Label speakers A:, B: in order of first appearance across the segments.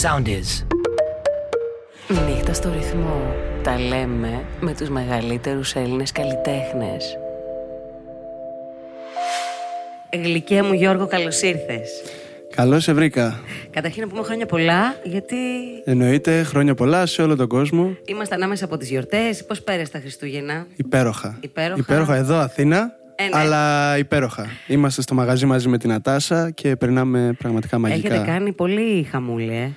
A: Sound is.
B: Νύχτα στο ρυθμό. Τα λέμε με τους μεγαλύτερους Έλληνες καλλιτέχνες. Γλυκέ μου Γιώργο, καλώς ήρθες.
C: Καλώς σε βρήκα.
B: Καταρχήν να πούμε χρόνια πολλά, γιατί
C: Εννοείται, χρόνια πολλά σε όλο τον κόσμο.
B: είμαστε ανάμεσα από τις γιορτές. Πώς πέρασε τα Χριστούγεννα.
C: Υπέροχα.
B: Υπέροχα.
C: εδώ, Αθήνα.
B: Ε, ναι.
C: Αλλά υπέροχα. Είμαστε στο μαγαζί μαζί με την Ατάσα και περνάμε πραγματικά μαγικά.
B: Έχετε κάνει πολύ χαμούλη, ε.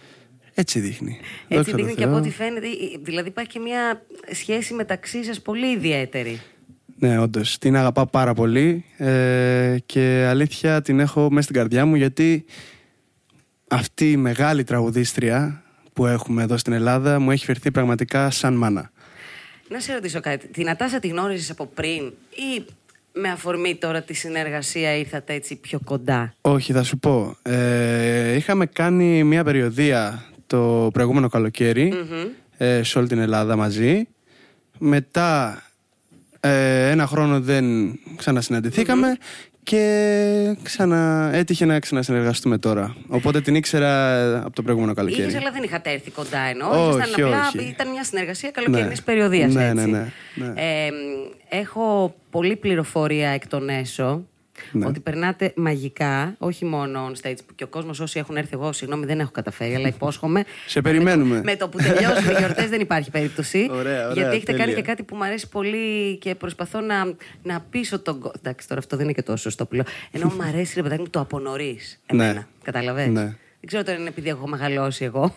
C: Έτσι δείχνει.
B: Έτσι
C: Δόξα τω
B: δείχνει και
C: Θεώ.
B: από ό,τι φαίνεται. ε, Δηλαδή υπάρχει και μια σχέση μεταξύ σας πολύ ιδιαίτερη.
C: Ναι, όντως. Την αγαπάω πάρα πολύ ε, και αλήθεια την έχω μέσα στην καρδιά μου γιατί αυτή η μεγάλη τραγουδίστρια που έχουμε εδώ στην Ελλάδα μου έχει φερθεί πραγματικά σαν μάνα.
B: Να σε ρωτήσω κάτι. Την Ατάσα τη γνώριζες από πριν ή με αφορμή τώρα τη συνεργασία ήρθατε έτσι πιο κοντά.
C: Όχι, θα σου πω. Ε, είχαμε κάνει μια περιοδία το προηγούμενο καλοκαίρι, ε, σε όλη την Ελλάδα μαζί. Μετά ε, ένα χρόνο δεν ξανασυναντηθηκαμε και ξανα, έτυχε να ξανασυνεργαστούμε τώρα. Οπότε την ήξερα ε, από το προηγούμενο
B: Είχες,
C: καλοκαίρι.
B: αλλά δεν είχατε έρθει κοντά ενώ.
C: Όχι,
B: Ήσασταν απλά,
C: όχι.
B: ήταν μια συνεργασία καλοκαιρινή
C: Ναι.
B: περιοδίας.
C: Ναι,
B: έτσι.
C: ναι, ναι, ναι.
B: Ε, μ, έχω πολλή πληροφορία εκ των έσω.
C: Ναι.
B: Ότι περνάτε μαγικά, όχι μόνο on stage που και ο κόσμος, όσοι έχουν έρθει εγώ, συγγνώμη, δεν έχω καταφέρει, αλλά υπόσχομαι.
C: Σε περιμένουμε.
B: Με το που τελειώσουν οι γιορτές δεν υπάρχει περίπτωση.
C: Ωραία, ωραία,
B: γιατί έχετε κάνει
C: τέλεια.
B: και κάτι που μου αρέσει πολύ και προσπαθώ να, να πείσω τον κόσμο. Εντάξει, τώρα αυτό δεν είναι και τόσο σωστό που λέω. Ενώ μου αρέσει, ρε παιδάκι μου, το απονορεί.
C: Ναι.
B: Εμένα. Κατάλαβε.
C: Ναι.
B: Δεν ξέρω τώρα είναι επειδή έχω μεγαλώσει εγώ.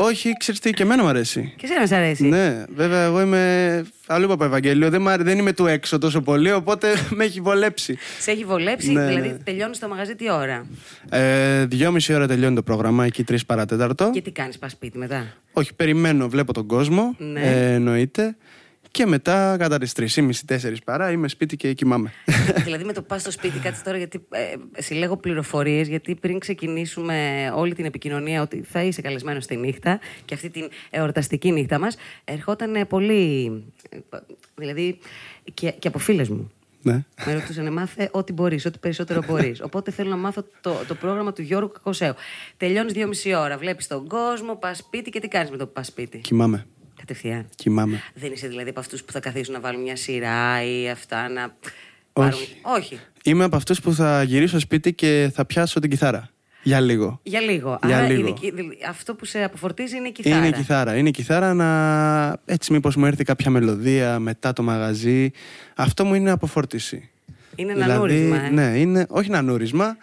C: Όχι, ξέρεις τι, και εμένα μου αρέσει.
B: και εσένα σ' αρέσει.
C: Ναι, βέβαια, εγώ είμαι αλλού από Ευαγγέλιο. Δεν, μ' αρέ- δεν είμαι του έξω τόσο πολύ, οπότε με έχει βολέψει.
B: Σε έχει βολέψει,
C: Ναι,
B: δηλαδή
C: ναι.
B: τελειώνεις το μαγαζί τι ώρα.
C: Ε, δυόμιση ώρα τελειώνει το πρόγραμμα, εκεί τρεις παρατέταρτο.
B: Και τι κάνεις, πας σπίτι μετά.
C: Όχι, περιμένω, βλέπω τον κόσμο.
B: Ναι.
C: ε, εννοείται. Και μετά κατά τι 3.30-4 παρά είμαι σπίτι και κοιμάμαι.
B: δηλαδή με το πας στο σπίτι, κάτσε τώρα γιατί ε, συλλέγω πληροφορίες. Γιατί πριν ξεκινήσουμε όλη την επικοινωνία ότι θα είσαι καλεσμένος στη νύχτα και αυτή την εορταστική νύχτα μας, ερχόταν ε, πολύ. ε, Δηλαδή και, και από φίλες μου.
C: ναι.
B: Με ρωτούσαν, μάθε ό,τι μπορείς, ό,τι περισσότερο μπορείς. Οπότε θέλω να μάθω το, το πρόγραμμα του Γιώργου Κακοσέου. Τελειώνεις δύο μισή ώρα, βλέπεις τον κόσμο, πας σπίτι και τι κάνεις με το που πας σπίτι.
C: Κοιμάμαι.
B: Κατευθείαν.
C: Κοιμάμαι.
B: Δεν είσαι δηλαδή από αυτούς που θα καθίσουν να βάλουν μια σειρά ή αυτά να. πάρουν- Όχι.
C: Είμαι από αυτούς που θα γυρίσω σπίτι και θα πιάσω την κιθάρα. Για λίγο.
B: Για λίγο.
C: Για
B: Άρα
C: λίγο.
B: είναι κι- δηλ- αυτό που σε αποφορτίζει είναι η κιθάρα.
C: Είναι η κιθάρα. Είναι η κιθάρα να. Έτσι, μήπως μου έρθει κάποια μελωδία μετά το μαγαζί. Αυτό μου είναι αποφόρτιση.
B: Είναι ένα νούρισμα, ε.
C: Ναι, είναι. Όχι ένα νούρισμα.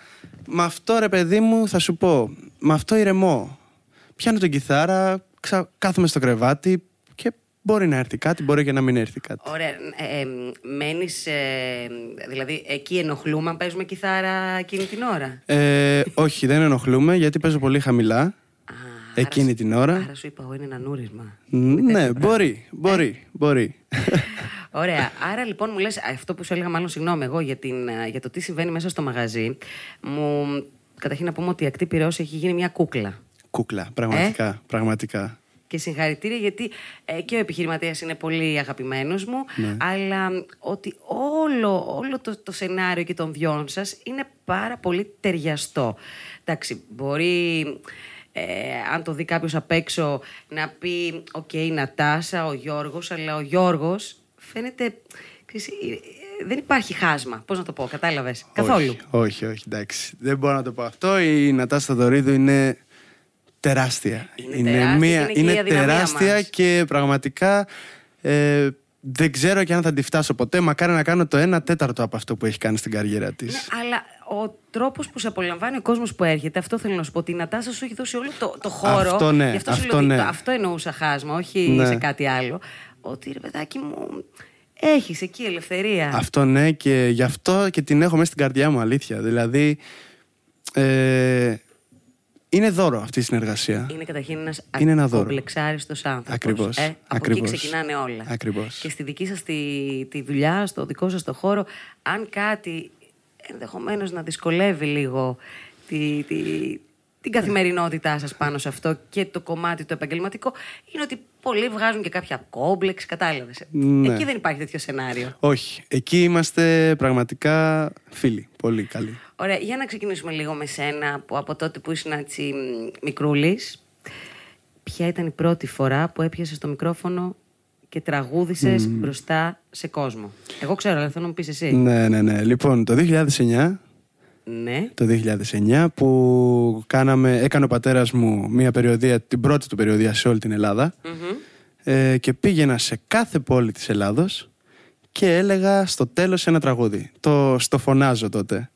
C: Με αυτό ρε παιδί μου θα σου πω. Με αυτό ηρεμώ. Πιάνω τον κιθάρα, ξα... κάθομαι στο κρεβάτι και μπορεί να έρθει κάτι, μπορεί και να μην έρθει κάτι.
B: Ωραία. Ε, ε, μένεις, ε, δηλαδή εκεί ενοχλούμε αν παίζουμε κιθάρα εκείνη την ώρα.
C: Ε, όχι, δεν ενοχλούμε γιατί παίζω πολύ χαμηλά.
B: Α,
C: Εκείνη
B: άρα,
C: την ώρα.
B: Άρα σου είπα εγώ είναι ένα νούρισμα.
C: ναι, μπορεί,
B: Ε.
C: μπορεί, μπορεί.
B: Ωραία. Άρα λοιπόν μου λες, αυτό που σου έλεγα μάλλον συγγνώμη εγώ για, την, ε, για το τι συμβαίνει μέσα στο μαγαζί, μου καταρχήν να πούμε ότι η ακτή πυραιός έχει γίνει μια κούκλα.
C: Κούκλα, πραγματικά, πραγματικά.
B: Και συγχαρητήρια γιατί ε, και ο επιχειρηματίας είναι πολύ αγαπημένος μου αλλά μ, ότι όλο, όλο το, το σενάριο και των δυο σας είναι πάρα πολύ ταιριαστό. Εντάξει, μπορεί ε, αν το δει κάποιος απ' έξω να πει «Οκ, η Νατάσα, ο Γιώργος», αλλά ο Γιώργος φαίνεται... ξέρεις, ε, ε, δεν υπάρχει χάσμα, πώς να το πω, κατάλαβες, καθόλου.
C: Όχι, όχι, όχι, εντάξει. Δεν μπορώ να το πω αυτό. Η Νατάσσα Θοδωρίδου είναι τεράστια.
B: Είναι τεράστια και είναι και η αδυναμία
C: τεράστια
B: μας.
C: και πραγματικά ε, δεν ξέρω και αν θα τη φτάσω ποτέ. Μακάρι να κάνω το 1 τέταρτο από αυτό που έχει κάνει στην καριέρα της.
B: Ναι, αλλά ο τρόπος που σε απολαμβάνει ο κόσμος που έρχεται, αυτό θέλω να σου πω. Ότι η Νατάσα σου έχει δώσει όλο το, το χώρο.
C: Αυτό ναι,
B: Γι' αυτό, σου
C: αυτό
B: λέω ότι
C: ναι.
B: το- αυτό εννοούσα χάσμα, όχι
C: Ναι.
B: σε κάτι άλλο. Ότι ρε παιδάκι μου, έχεις εκεί ελευθερία.
C: Αυτό ναι και γι' αυτό και την έχω μέσα στην καρδιά μου αλήθεια. Δηλαδή ε, είναι δώρο αυτή η συνεργασία.
B: Είναι καταρχήν ένας
C: Είναι ένα δώρο.
B: κομπλεξάριστος άνθρωπος.
C: Ακριβώς.
B: Ε, από
C: Ακριβώς.
B: εκεί ξεκινάνε όλα.
C: Ακριβώς.
B: Και στη δική σας τη, τη δουλειά, στο δικό σας το χώρο, αν κάτι ενδεχομένως να δυσκολεύει λίγο τη, τη, την καθημερινότητά σας πάνω σε αυτό και το κομμάτι το επαγγελματικό, είναι ότι πολλοί βγάζουν και κάποια κόμπλεξ, κατάλαβες.
C: Ναι.
B: Εκεί δεν υπάρχει τέτοιο σενάριο.
C: Όχι, εκεί είμαστε πραγματικά φίλοι, πολύ καλοί.
B: Ωραία, για να ξεκινήσουμε λίγο με σένα που από τότε που ήσουν έτσι μ, μικρούλης Ποια ήταν η πρώτη φορά που έπιασες το μικρόφωνο και τραγούδησε μπροστά σε κόσμο. Εγώ ξέρω, αλλά θέλω να μου πεις εσύ.
C: Ναι, ναι, ναι. Λοιπόν, το 2009
B: Ναι.
C: το 2009 που κάναμε, έκανε ο πατέρας μου μια περιοδία, την πρώτη του περιοδία σε όλη την ελλαδα ε, και πήγαινα σε κάθε πόλη της Ελλάδος και έλεγα στο τέλος ένα τραγούδι. Το στο φωνάζω τότε.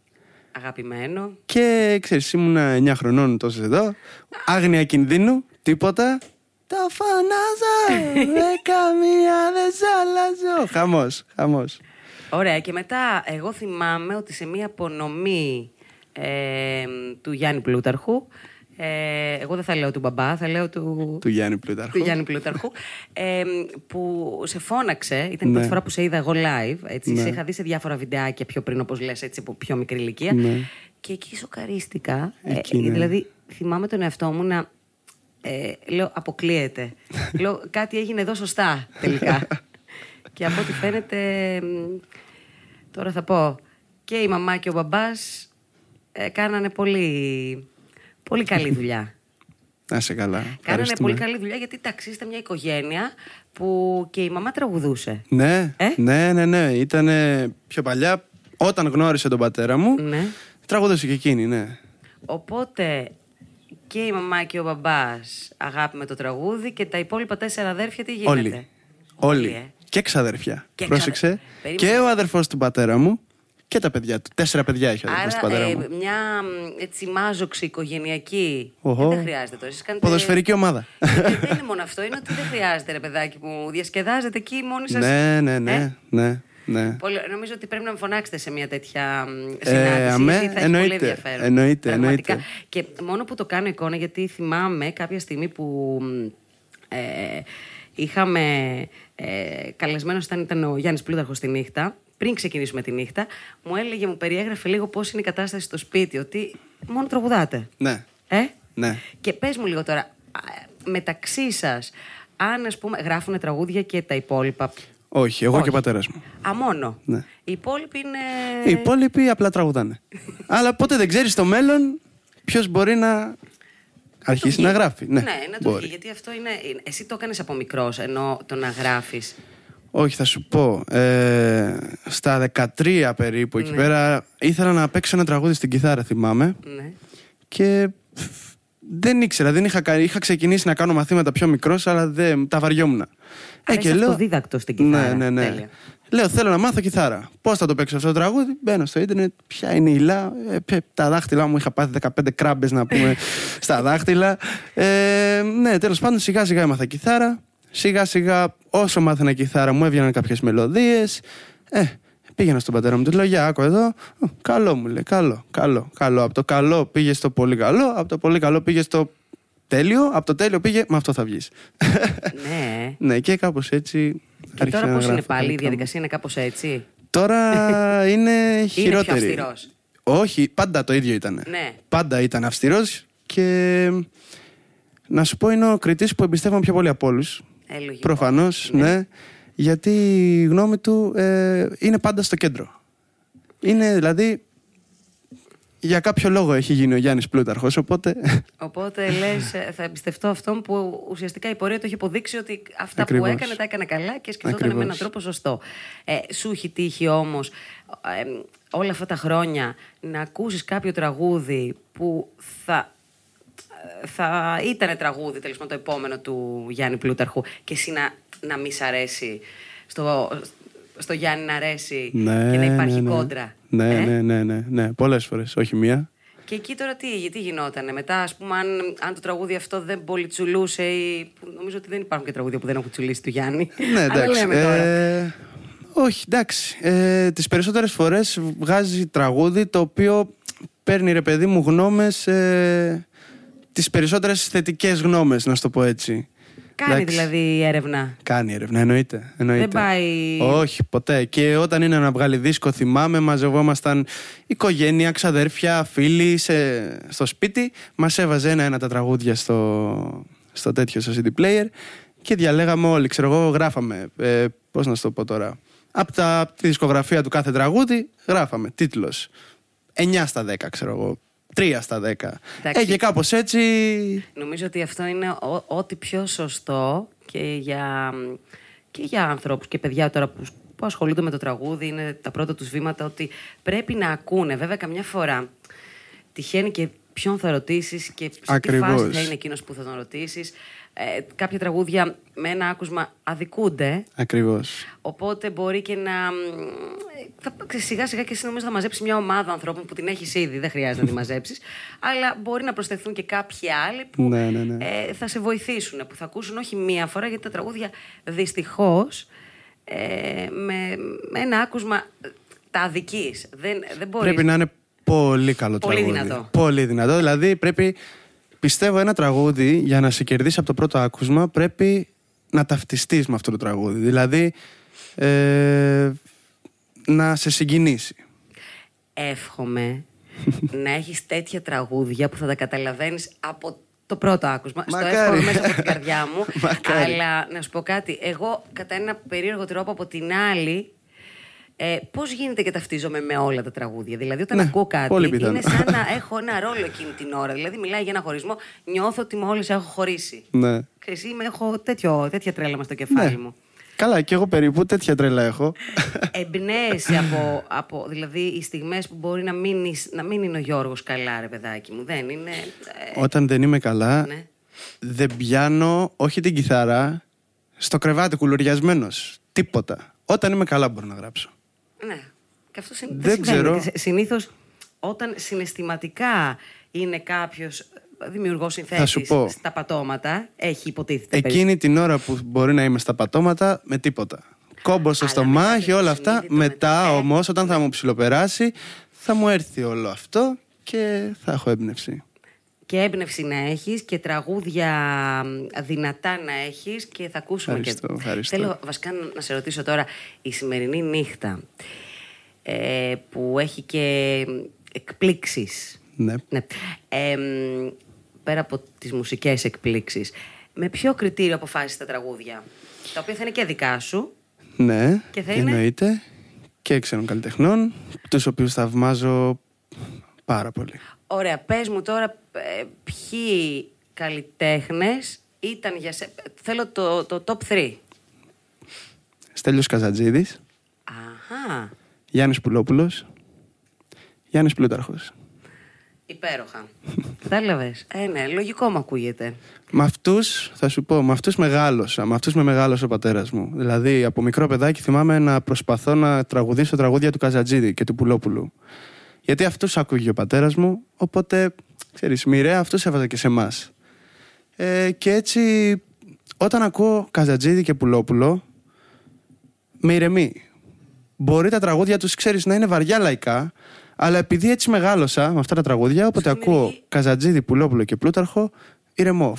B: Αγαπημένο.
C: Και ξέρεις ήμουνα 9 χρονών τόσο εδώ, άγνοια κινδύνου, τίποτα. Τα φανάζω, με καμία δεν σ' αλλάζω. Χαμός, χαμός.
B: Ωραία, και μετά εγώ θυμάμαι ότι σε μία απονομή ε, του Γιάννη Πλούταρχου, ε, εγώ δεν θα λέω του μπαμπά, θα λέω του,
C: Του Γιάννη Πλούταρχου.
B: του Γιάννη Πλούταρχου, ε, που σε φώναξε, ήταν η
C: Ναι.
B: πρώτη φορά που σε είδα εγώ live, έτσι,
C: Ναι.
B: σε είχα δει σε διάφορα βιντεάκια πιο πριν, όπως λες, έτσι, από πιο μικρή ηλικία.
C: Ναι.
B: Και εκεί σοκαρίστηκα,
C: Εκεί,
B: ε,
C: ναι.
B: δηλαδή θυμάμαι τον εαυτό μου να ε, λέω αποκλείεται. λέω κάτι έγινε εδώ σωστά τελικά. και από ό,τι φαίνεται, μ, τώρα θα πω, και η μαμά και ο μπαμπάς ε, κάνανε πολύ, πολύ καλή δουλειά.
C: Να είσαι καλά.
B: Κάνανε
C: Ευχαριστούμε.
B: πολύ καλή δουλειά γιατί εντάξει, είστε μια οικογένεια που και η μαμά τραγουδούσε.
C: Ναι,
B: Ε?
C: ναι, ναι, ναι. Ήταν πιο παλιά, όταν γνώρισε τον πατέρα μου,
B: Ναι.
C: τραγουδούσε και εκείνη, ναι.
B: Οπότε και η μαμά και ο μπαμπάς αγάπη με το τραγούδι και τα υπόλοιπα τέσσερα αδέρφια τι γίνεται.
C: Όλοι. Όλοι.
B: ε.
C: Και ξαδερφιά.
B: Και
C: Πρόσεξε.
B: ξαδε- Περίμενε.
C: Και ο αδερφός του πατέρα μου και τα παιδιά του. Τέσσερα παιδιά είχε ο αδερφός του
B: Άρα
C: πατέρα
B: ε,
C: μου.
B: μια μ, έτσι μάζοξη οικογενειακή.
C: Οχο.
B: Δεν χρειάζεται το. Εσείς κάνετε...
C: Ποδοσφαιρική ομάδα.
B: Ε, δεν είναι μόνο αυτό, είναι ότι δεν χρειάζεται ρε παιδάκι μου. Διασκεδάζετε εκεί μόνοι σας.
C: ναι, ναι,
B: Ε,
C: ναι, ναι, ναι.
B: πολύ- Νομίζω ότι πρέπει να με φωνάξετε σε μια τέτοια μ,
C: Ε,
B: συνάντηση.
C: αμέ,
B: γιατί θα έχει
C: εννοείται,
B: πολύ ενδιαφέρον.
C: εννοείται,
B: Πραγματικά.
C: εννοείται.
B: Και μόνο που το κάνω εικόνα, γιατί θυμάμαι κάποια στιγμή που μ, ε, είχαμε ε, καλεσμένος ήταν, ήταν ο Γιάννης Πλούταρχος στη νύχτα, πριν ξεκινήσουμε τη νύχτα, μου έλεγε, μου περιέγραφε λίγο πώς είναι η κατάσταση στο σπίτι, ότι μόνο τραγουδάτε.
C: Ναι,
B: Ε?
C: ναι.
B: Και πες μου λίγο τώρα, α, μεταξύ σας, αν ας πούμε γράφουν τραγούδια και τα υπόλοιπα,
C: Όχι, εγώ
B: Όχι.
C: και ο πατέρας μου.
B: Α, μόνο.
C: Ναι.
B: Οι υπόλοιποι είναι.
C: Οι υπόλοιποι απλά τραγουδάνε. Αλλά ποτέ δεν ξέρεις στο μέλλον ποιος μπορεί να αρχίσει να γράφει. Ναι,
B: να το
C: μπορεί.
B: βγει. Γιατί αυτό είναι. είναι- Εσύ το έκανες από μικρός, ενώ το να γράφεις.
C: Όχι, θα σου πω. Ε, στα 13 περίπου εκεί πέρα ήθελα να παίξω ένα τραγούδι στην κιθάρα, θυμάμαι.
B: Ναι.
C: Και φφ, δεν ήξερα, δεν είχα, κα- είχα ξεκινήσει να κάνω μαθήματα πιο μικρός, αλλά δεν, τα βαριόμουν. Ε,
B: είσαι αυτοδίδακτος στην κιθάρα.
C: Ναι, ναι, ναι.
B: Τέλεια.
C: Λέω, θέλω να μάθω κιθάρα. Πώς θα το παίξω αυτό το τραγούδι, μπαίνω στο ίντερνετ, ποια είναι η υλά. Ε, ποια- τα δάχτυλά μου είχα πάθει 15 κράμπες να πούμε στα δάχτυλα. Ε, ναι, τέλος πάντων, σιγά σιγά έμαθα κιθάρα. Σιγά σιγά, όσο μάθαινα κιθάρα, μου έβγαιναν κάποιες μελωδίες. Ε, πήγαινα στον πατέρα μου, του λέω: Γεια, άκου εδώ. «Ω, Καλό μου λέει, καλό, καλό, καλό. Από το καλό πήγε στο πολύ καλό, από το πολύ καλό πήγε στο τέλειο, από το τέλειο πήγε, με αυτό θα βγεις.
B: ναι.
C: ναι, και κάπως έτσι.
B: Και
C: άρχισα να
B: τώρα πώς είναι
C: γράφω
B: πάλι η
C: καλύτερα.
B: διαδικασία, είναι κάπως έτσι.
C: Τώρα είναι
B: πιο
C: χειρότερη.
B: αυστηρός.
C: Όχι, πάντα το ίδιο ήταν.
B: Ναι.
C: Πάντα ήταν αυστηρός και να σου πω είναι ο κριτής που εμπιστεύομαι πιο πολύ από όλους.
B: Ε, λογικό.
C: Προφανώς, ναι. Γιατί η γνώμη του ε, είναι πάντα στο κέντρο. Είναι δηλαδή. Για κάποιο λόγο έχει γίνει ο Γιάννης Πλούταρχος, οπότε.
B: Οπότε λες, θα εμπιστευτώ αυτόν που ουσιαστικά η πορεία του έχει αποδείξει ότι αυτά
C: Ακριβώς.
B: που έκανε τα έκανε καλά και σκεφτόταν με
C: Ακριβώς.
B: έναν τρόπο σωστό. Ε, σου έχει τύχει όμως όλα αυτά τα χρόνια να ακούσεις κάποιο τραγούδι που θα, θα ήταν τραγούδι τέλος πάντων το επόμενο του Γιάννη Πλούταρχου και εσύ να, να μη σ' αρέσει στο, στο Γιάννη να αρέσει και να υπάρχει
C: ναι, ναι.
B: κόντρα.
C: Ναι,
B: Ε?
C: ναι, ναι, ναι, ναι. Πολλές φορές, όχι μία.
B: Και εκεί τώρα τι, τι γινότανε. Μετά, ας πούμε, αν, αν το τραγούδι αυτό δεν πολυτσουλούσε ή. που Νομίζω ότι δεν υπάρχουν και τραγούδια που δεν έχουν τσουλήσει του Γιάννη.
C: Ναι,
B: Αλλά
C: εντάξει.
B: λέμε τώρα.
C: Ε, όχι, εντάξει. Ε, τις περισσότερες φορές βγάζει τραγούδι το οποίο παίρνει ρε παιδί μου γνώμες, ε, τις περισσότερες θετικές γνώμες, να σου το πω έτσι.
B: Κάνει
C: εντάξει.
B: δηλαδή έρευνα.
C: Κάνει έρευνα, εννοείται. εννοείται.
B: Δεν πάει-
C: Όχι, ποτέ. Και όταν είναι να βγάλει δίσκο, θυμάμαι, μαζευόμασταν οικογένεια, ξαδέρφια, φίλοι σε- στο σπίτι. Μας έβαζε ένα-ένα τα τραγούδια στο, στο τέτοιο, στο CD player και διαλέγαμε όλοι. Ξέρω εγώ, γράφαμε. Ε, Πώς να σου το πω τώρα. Από, τα, απ' τη δισκογραφία του κάθε τραγούδι, γράφαμε. Τίτλος. 9 στα 10, ξέρω εγώ. τρία στα δέκα.
B: Εντάξει.
C: Ε, και κάπως έτσι.
B: Νομίζω ότι αυτό είναι ό- ό,τι πιο σωστό και για, και για ανθρώπους και παιδιά τώρα που, που ασχολούνται με το τραγούδι, είναι τα πρώτα τους βήματα, ότι πρέπει να ακούνε. Βέβαια, καμιά φορά τυχαίνει και ποιον θα ρωτήσεις και σε τι
C: Ακριβώς.
B: φάση θα είναι εκείνος που θα τον ρωτήσεις. Ε, κάποια τραγούδια με ένα άκουσμα αδικούνται.
C: Ακριβώς.
B: Οπότε μπορεί και να. μ, Θα, σιγά σιγά και εσύ νομίζω θα μαζέψεις μια ομάδα ανθρώπων που την έχεις ήδη, δεν χρειάζεται να τη μαζέψεις. Αλλά μπορεί να προσθεθούν και κάποιοι άλλοι που
C: Ναι, ναι, ναι.
B: ε, θα σε βοηθήσουν, που θα ακούσουν όχι μία φορά, γιατί τα τραγούδια δυστυχώς με, με ένα άκουσμα ε, τα αδική. Δεν, δεν μπορείς.
C: Πρέπει να είναι πολύ καλό
B: Πολύ
C: τραγούδι.
B: δυνατό.
C: Πολύ δυνατό. Δηλαδή πρέπει, πιστεύω, ένα τραγούδι για να σε κερδίσει από το πρώτο άκουσμα πρέπει να ταυτιστείς με αυτό το τραγούδι. Δηλαδή ε, να σε συγκινήσει.
B: Εύχομαι να έχεις τέτοια τραγούδια που θα τα καταλαβαίνεις από το πρώτο άκουσμα.
C: Μακάρι.
B: Στο εύχομαι μέσα από την καρδιά μου.
C: Μακάρι.
B: αλλά να σου πω κάτι. Εγώ κατά ένα περίεργο τρόπο από την άλλη. Ε, Πώς γίνεται και ταυτίζομαι με όλα τα τραγούδια. Δηλαδή, όταν
C: Ναι,
B: ακούω κάτι,
C: πολύ πιθανό.
B: είναι σαν να έχω ένα ρόλο εκείνη την ώρα. Δηλαδή, μιλάει για ένα χωρισμό, νιώθω ότι μόλις έχω χωρίσει.
C: Ναι.
B: Ξέρεις, είμαι, έχω τέτοιο, τέτοια τρέλα με στο κεφάλι μου.
C: Καλά, και εγώ περίπου τέτοια τρέλα έχω.
B: Εμπνέεσαι από, από δηλαδή, οι στιγμές που μπορεί να μην, είσαι- να μην είναι ο Γιώργος καλά, ρε παιδάκι μου. Δεν είναι. ε,
C: Όταν δεν είμαι καλά,
B: ναι.
C: δεν πιάνω όχι την κιθάρα, στο κρεβάτι κουλουριασμένος. Τίποτα. Όταν είμαι καλά μπορώ να γράψω.
B: ναι. Και αυτό συν-
C: Δεν
B: δεν
C: ξέρω.
B: ξέρω. Συνήθως όταν συναισθηματικά είναι κάποιος δημιουργός συνθέτη
C: πω.
B: στα πατώματα, έχει υποτίθεται.
C: Εκείνη την ώρα που μπορεί να είμαι στα πατώματα, με τίποτα. Κόμπο στο
B: Αλλά μετά
C: στομάχι,
B: το
C: όλα αυτά.
B: συνείδητο
C: Μετά
B: μετά.
C: όμω, όταν θα μου ψιλοπεράσει, θα μου έρθει όλο αυτό και θα έχω έμπνευση.
B: Και έμπνευση να έχεις και τραγούδια μ, δυνατά να έχεις και θα ακούσουμε
C: Ευχαριστώ,
B: και.
C: ευχαριστώ.
B: Θέλω βασικά να- να σε ρωτήσω τώρα, η σημερινή νύχτα ε, που έχει και εκπλήξεις.
C: Ναι.
B: Ναι. Ε, μ, πέρα από τις μουσικές εκπλήξεις, με ποιο κριτήριο αποφάσισες τα τραγούδια, τα οποία θα είναι και δικά σου.
C: Ναι,
B: Και θα είναι?
C: εννοείται. Και ξένων καλλιτεχνών, τους οποίους θαυμάζω πάρα πολύ.
B: Ωραία, πες μου τώρα ε, ποιοι καλλιτέχνες ήταν για σε... Θέλω το, το top 3.
C: Στέλιος Καζατζίδης,
B: Αχα,
C: Γιάννης Πουλόπουλος, Γιάννης Πλούταρχος.
B: υπέροχα. Κατάλαβε. Ε, ναι, λογικό μου ακούγεται.
C: Με αυτούς, θα σου πω, με αυτούς μεγάλωσα. Με αυτούς με μεγάλωσε ο πατέρας μου. Δηλαδή, από μικρό παιδάκι θυμάμαι να προσπαθώ να τραγουδήσω τραγούδια του Καζατζίδη και του Πουλόπουλου. Γιατί αυτούς ακούγε ο πατέρας μου, οπότε, ξέρεις, μοιραία αυτού έβαζα και σε εμάς. Ε, και έτσι, όταν ακούω Καζατζίδη και Πουλόπουλο, με ηρεμεί. Μπορεί τα τραγούδια τους, ξέρεις, να είναι βαριά λαϊκά, αλλά επειδή έτσι μεγάλωσα με αυτά τα τραγούδια, όποτε
B: Δημιουργεί-
C: ακούω Καζατζίδη, Πουλόπουλο και Πλούταρχο, ηρεμώ.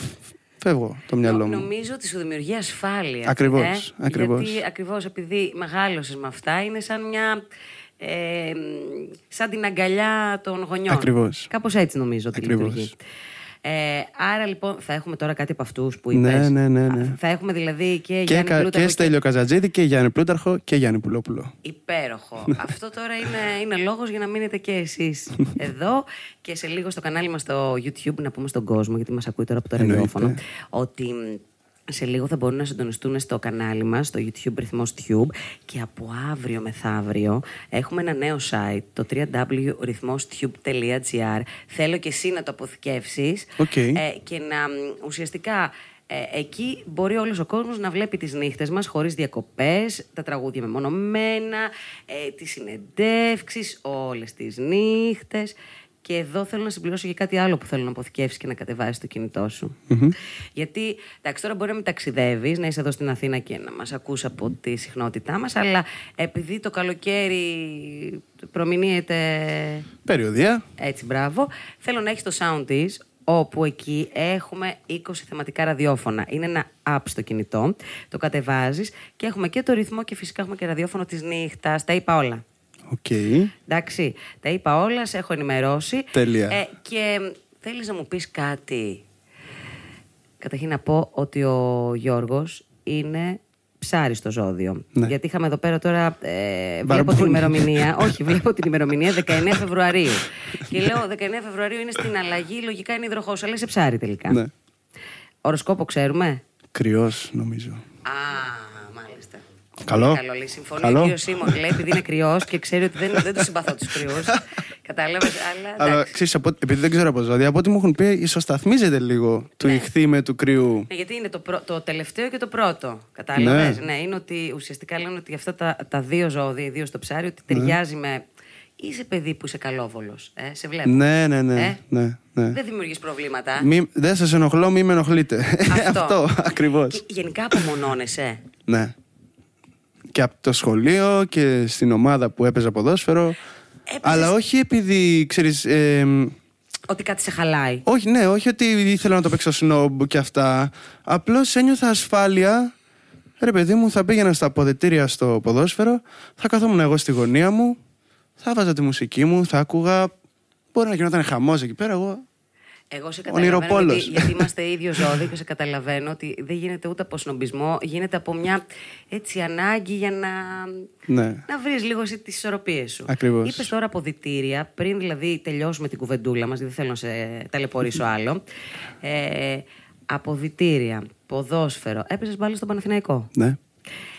C: Φεύγω το μυαλό μου.
B: Νομίζω ότι σου δημιουργεί ασφάλεια.
C: Ακριβώς,
B: ε,
C: ακριβώς.
B: Γιατί ακριβώς επειδή μεγάλωσες με αυτά, είναι σαν μια... ε, σαν την αγκαλιά των γονιών.
C: Ακριβώς.
B: Κάπως έτσι νομίζω ότι
C: Ακριβώς.
B: λειτουργεί. Ε, άρα λοιπόν θα έχουμε τώρα κάτι από αυτούς που
C: Ναι,
B: είπες.
C: ναι, ναι, ναι.
B: Α, Θα έχουμε δηλαδή και,
C: Και,
B: Γιάννη
C: κα,
B: Πλούταρχο
C: και Στέλιο Καζατζίδη και Γιάννη Πλούταρχο και Γιάννη Πουλόπουλο.
B: Υπέροχο. Αυτό τώρα είναι, είναι λόγος για να μείνετε και εσείς εδώ και σε λίγο στο κανάλι μας στο YouTube να πούμε στον κόσμο, γιατί μας ακούει τώρα από το
C: Εννοείται.
B: ραδιόφωνο, ότι μ, σε λίγο θα μπορούν να συντονιστούν στο κανάλι μας, στο YouTube ρυθμός Tube και από αύριο μεθαύριο έχουμε ένα νέο site, το www.rhythmostube.gr Θέλω και εσύ να το αποθηκεύσεις
C: Οκ.
B: ε, και να μ, ουσιαστικά ε, εκεί μπορεί όλος ο κόσμος να βλέπει τις νύχτες μας χωρίς διακοπές, τα τραγούδια μεμονωμένα, ε, τις συνεντεύξεις, όλες τις νύχτες. Και εδώ θέλω να συμπληρώσω και κάτι άλλο που θέλω να αποθηκεύσεις και να κατεβάσεις το κινητό σου. Γιατί, εντάξει, τώρα μπορεί να μην ταξιδεύεις, να είσαι εδώ στην Αθήνα και να μας ακούσει από τη συχνότητά μας, αλλά επειδή το καλοκαίρι προμηνύεται
C: Περιοδία.
B: έτσι, μπράβο. Θέλω να έχεις το sound της, όπου εκεί έχουμε 20 θεματικά ραδιόφωνα. Είναι ένα app στο κινητό, το κατεβάζεις και έχουμε και το ρυθμό και φυσικά έχουμε και ραδιόφωνο της νύχτας. Τα είπα όλα.
C: Οκ.
B: Εντάξει, τα είπα όλα, σε έχω ενημερώσει. Ε,
C: Τέλεια.
B: και θέλεις να μου πεις κάτι. Καταρχήν να πω ότι ο Γιώργος είναι ψάρι στο ζώδιο.
C: Ναι.
B: Γιατί είχαμε εδώ πέρα τώρα. Ε, βλέπω
C: Μπαρμπούνι.
B: την ημερομηνία. Όχι, βλέπω την ημερομηνία 19 Φεβρουαρίου. και λέω 19 Φεβρουαρίου είναι στην αλλαγή, λογικά είναι υδροχός, αλλά είσαι ψάρι τελικά.
C: Ναι.
B: Οροσκόπο ξέρουμε.
C: Κρυός, νομίζω.
B: Α, μάλιστα.
C: Καλό.
B: Καλό, λέει. Συμφωνεί
C: Καλό.
B: ο κύριο Σίμων. Λέει, επειδή είναι κρυός και ξέρει ότι δεν, δεν του συμπαθώ τους κρυούς. Κατάλαβες, αλλά.
C: Αλλά
B: εντάξει.
C: ξέρεις, επειδή δεν ξέρω από ζώδια, από ό,τι μου έχουν πει, ισοσταθμίζεται λίγο του ηχθή με του κρυού.
B: Ναι, γιατί είναι το, πρω- το τελευταίο και το πρώτο. Κατάλαβες. Ναι.
C: Ναι.
B: είναι ότι ουσιαστικά λένε ότι αυτά τα, τα δύο ζώδια, ιδίω το ψάρι, ότι ταιριάζει με. Είσαι παιδί που είσαι καλόβολος. Ε, σε βλέπω.
C: Ναι, ναι, ναι.
B: Ε.
C: ναι, ναι.
B: Δεν δημιουργείς προβλήματα.
C: Μη- δεν σας ενοχλώ, μην με ενοχλείτε. Ε,
B: Αυτό.
C: ακριβώς.
B: Και γενικά απομονώνεσαι.
C: Ναι. Και από το σχολείο και στην ομάδα που έπαιζα ποδόσφαιρο. Αλλά όχι επειδή ξέρεις.
B: ότι κάτι σε χαλάει.
C: όχι, ναι, όχι ότι ήθελα να το παίξω σνόμπ και αυτά. Απλώς ένιωθα ασφάλεια. Ρε παιδί μου, θα πήγαινα στα αποδετήρια στο ποδόσφαιρο, θα καθόμουν εγώ στη γωνία μου, θα βάζα τη μουσική μου, θα άκουγα. Μπορεί να γινόταν χαμός εκεί πέρα. Εγώ
B: Εγώ σε καταλαβαίνω
C: Ονειροπόλος.
B: γιατί, γιατί είμαστε ίδιο ζώδιο και σε καταλαβαίνω ότι δεν γίνεται ούτε από σνομπισμό, γίνεται από μια έτσι ανάγκη για να,
C: Ναι.
B: να βρεις λίγο εσύ τις ισορροπίες σου.
C: Ακριβώς.
B: Είπες τώρα από διτήρια, πριν δηλαδή τελειώσουμε την κουβεντούλα μας, γιατί δεν θέλω να σε ταλαιπωρήσω άλλο. Ε, από διτήρια, ποδόσφαιρο, έπαιζες μπάλα στο Παναθηναϊκό.
C: Ναι.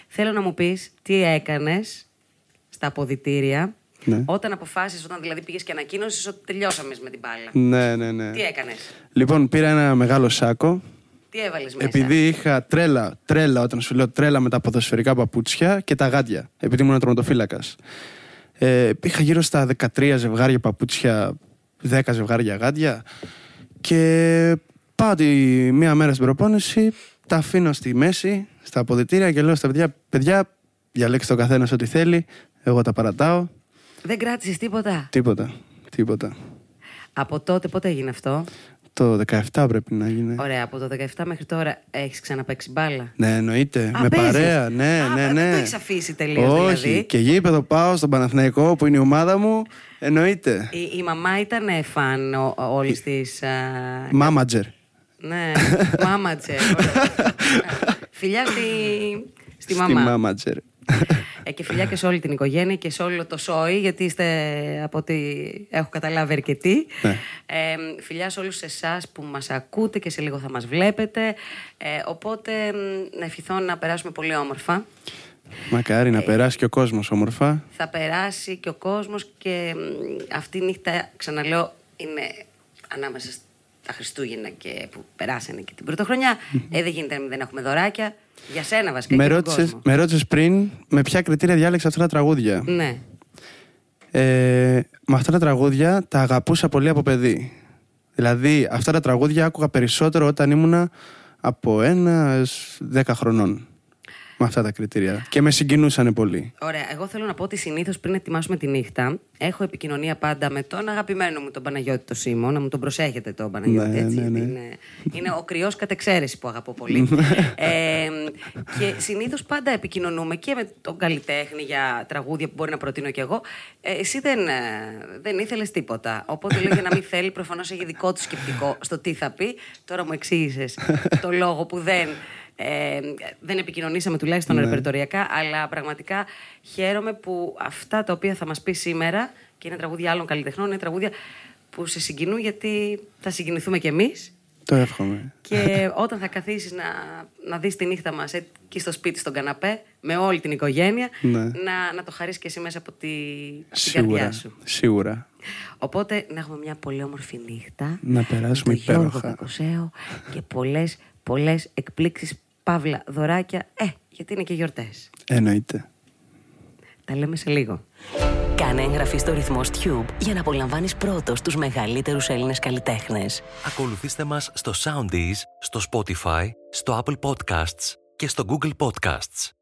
B: Θέλω να μου πεις τι έκανες στα αποδητήρια
C: Ναι.
B: όταν αποφάσισες, όταν δηλαδή πήγες και ανακοίνωσες ότι τελειώσαμε με την μπάλα.
C: Ναι, ναι, ναι.
B: Τι έκανες.
C: Λοιπόν, πήρα ένα μεγάλο σάκο.
B: Τι έβαλες μέσα.
C: Επειδή είχα τρέλα, τρέλα, όταν σου λέω τρέλα με τα ποδοσφαιρικά παπούτσια και τα γάντια. Επειδή ήμουν τροματοφύλακα. Ε, είχα γύρω στα 13 ζευγάρια παπούτσια, 10 ζευγάρια γάντια. Και πάω τη μία μέρα στην προπόνηση, τα αφήνω στη μέση, στα αποδητήρια και λέω στα παιδιά: Παιδιά, διαλέξτε ο καθένας ό,τι θέλει. Εγώ τα παρατάω.
B: Δεν κράτησες τίποτα.
C: Τίποτα. Τίποτα.
B: Από τότε πότε έγινε αυτό.
C: Το 17 πρέπει να γίνει.
B: Ωραία, από το 17 μέχρι τώρα έχεις ξαναπέξει μπάλα.
C: Ναι, εννοείται.
B: Α,
C: με
B: παίζεις.
C: παρέα, ναι,
B: Α, ε,
C: ναι,
B: δεν
C: ναι.
B: το έχεις αφήσει τελείως,
C: Όχι.
B: δηλαδή.
C: Και γήπεδο πάω στον Παναθηναϊκό που είναι η ομάδα μου. Εννοείται.
B: Η, η μαμά ήταν φαν όλη τη.
C: Μάματζερ.
B: Ναι, μάματσε. Φιλιά στη, στη
C: Στη
B: μαμά.
C: μάματζερ.
B: Ε, και φιλιά και σε όλη την οικογένεια και σε όλο το σόι, γιατί είστε από ό,τι έχω καταλάβει αρκετοί.
C: Ναι.
B: Ε, φιλιά σε όλους εσάς που μας ακούτε και σε λίγο θα μας βλέπετε. Ε, οπότε μ, να ευχηθώ να περάσουμε πολύ όμορφα.
C: Μακάρι
B: Ε,
C: να περάσει και ο κόσμος όμορφα.
B: Θα περάσει και ο κόσμος και μ, αυτή η νύχτα, ξαναλέω, είναι ανάμεσα στα Χριστούγεννα και που περάσανε και την Πρωτοχρονιά. Ε, δεν γίνεται να μην δεν έχουμε δωράκια. Για σένα βασικά
C: Με
B: και τον
C: ρώτησες,
B: κόσμο.
C: με ρώτησες πριν με ποια κριτήρια διάλεξα αυτά τα τραγούδια.
B: Ναι.
C: Ε, με αυτά τα τραγούδια τα αγαπούσα πολύ από παιδί. Δηλαδή, αυτά τα τραγούδια άκουγα περισσότερο όταν ήμουνα από ένας έως δέκα χρονών. Με αυτά τα κριτήρια. Και με συγκινούσαν πολύ.
B: Ωραία. Εγώ θέλω να πω ότι συνήθως πριν ετοιμάσουμε τη νύχτα, έχω επικοινωνία πάντα με τον αγαπημένο μου τον Παναγιώτη το Σίμω. Να μου τον προσέχετε τον Παναγιώτη.
C: Ναι,
B: έτσι,
C: ναι, ναι.
B: γιατί Είναι, είναι ο κρυός κατ' εξαίρεση που αγαπώ πολύ. ε, και συνήθως πάντα επικοινωνούμε και με τον καλλιτέχνη για τραγούδια που μπορεί να προτείνω κι εγώ. Ε, εσύ δεν, ε, δεν ήθελες τίποτα. Οπότε λέω για να μην θέλει, προφανώς έχει δικό του σκεπτικό στο τι θα πει. Τώρα μου εξήγησες το λόγο που δεν ε, δεν επικοινωνήσαμε τουλάχιστον ρεπερτοριακά, αλλά πραγματικά χαίρομαι που αυτά τα οποία θα μας πει σήμερα και είναι τραγούδια άλλων καλλιτεχνών, είναι τραγούδια που σε συγκινούν γιατί θα συγκινηθούμε κι εμείς
C: Το εύχομαι.
B: και όταν θα καθίσεις να, να δεις τη νύχτα μας ε, εκεί στο σπίτι στον καναπέ με όλη την οικογένεια
C: Ναι.
B: να, να το χαρείς και εσύ μέσα από τη, από την καρδιά
C: Σίγουρα.
B: σου.
C: Σίγουρα.
B: Οπότε να έχουμε μια πολύ όμορφη νύχτα.
C: Να
B: με τον
C: περάσουμε
B: Γιώργο
C: υπέροχα.
B: Κακοσέο και πολλές, πολλές εκπλήξεις, παύλα, δωράκια. Ε, γιατί είναι και γιορτές.
C: Εννοείται.
B: Τα λέμε σε λίγο.
A: Κάνε εγγραφή στο ρυθμό Tube για να απολαμβάνεις πρώτος τους μεγαλύτερους Έλληνες καλλιτέχνες.
D: Ακολουθήστε μας στο Soundees, στο Spotify, στο Apple Podcasts και στο Google Podcasts.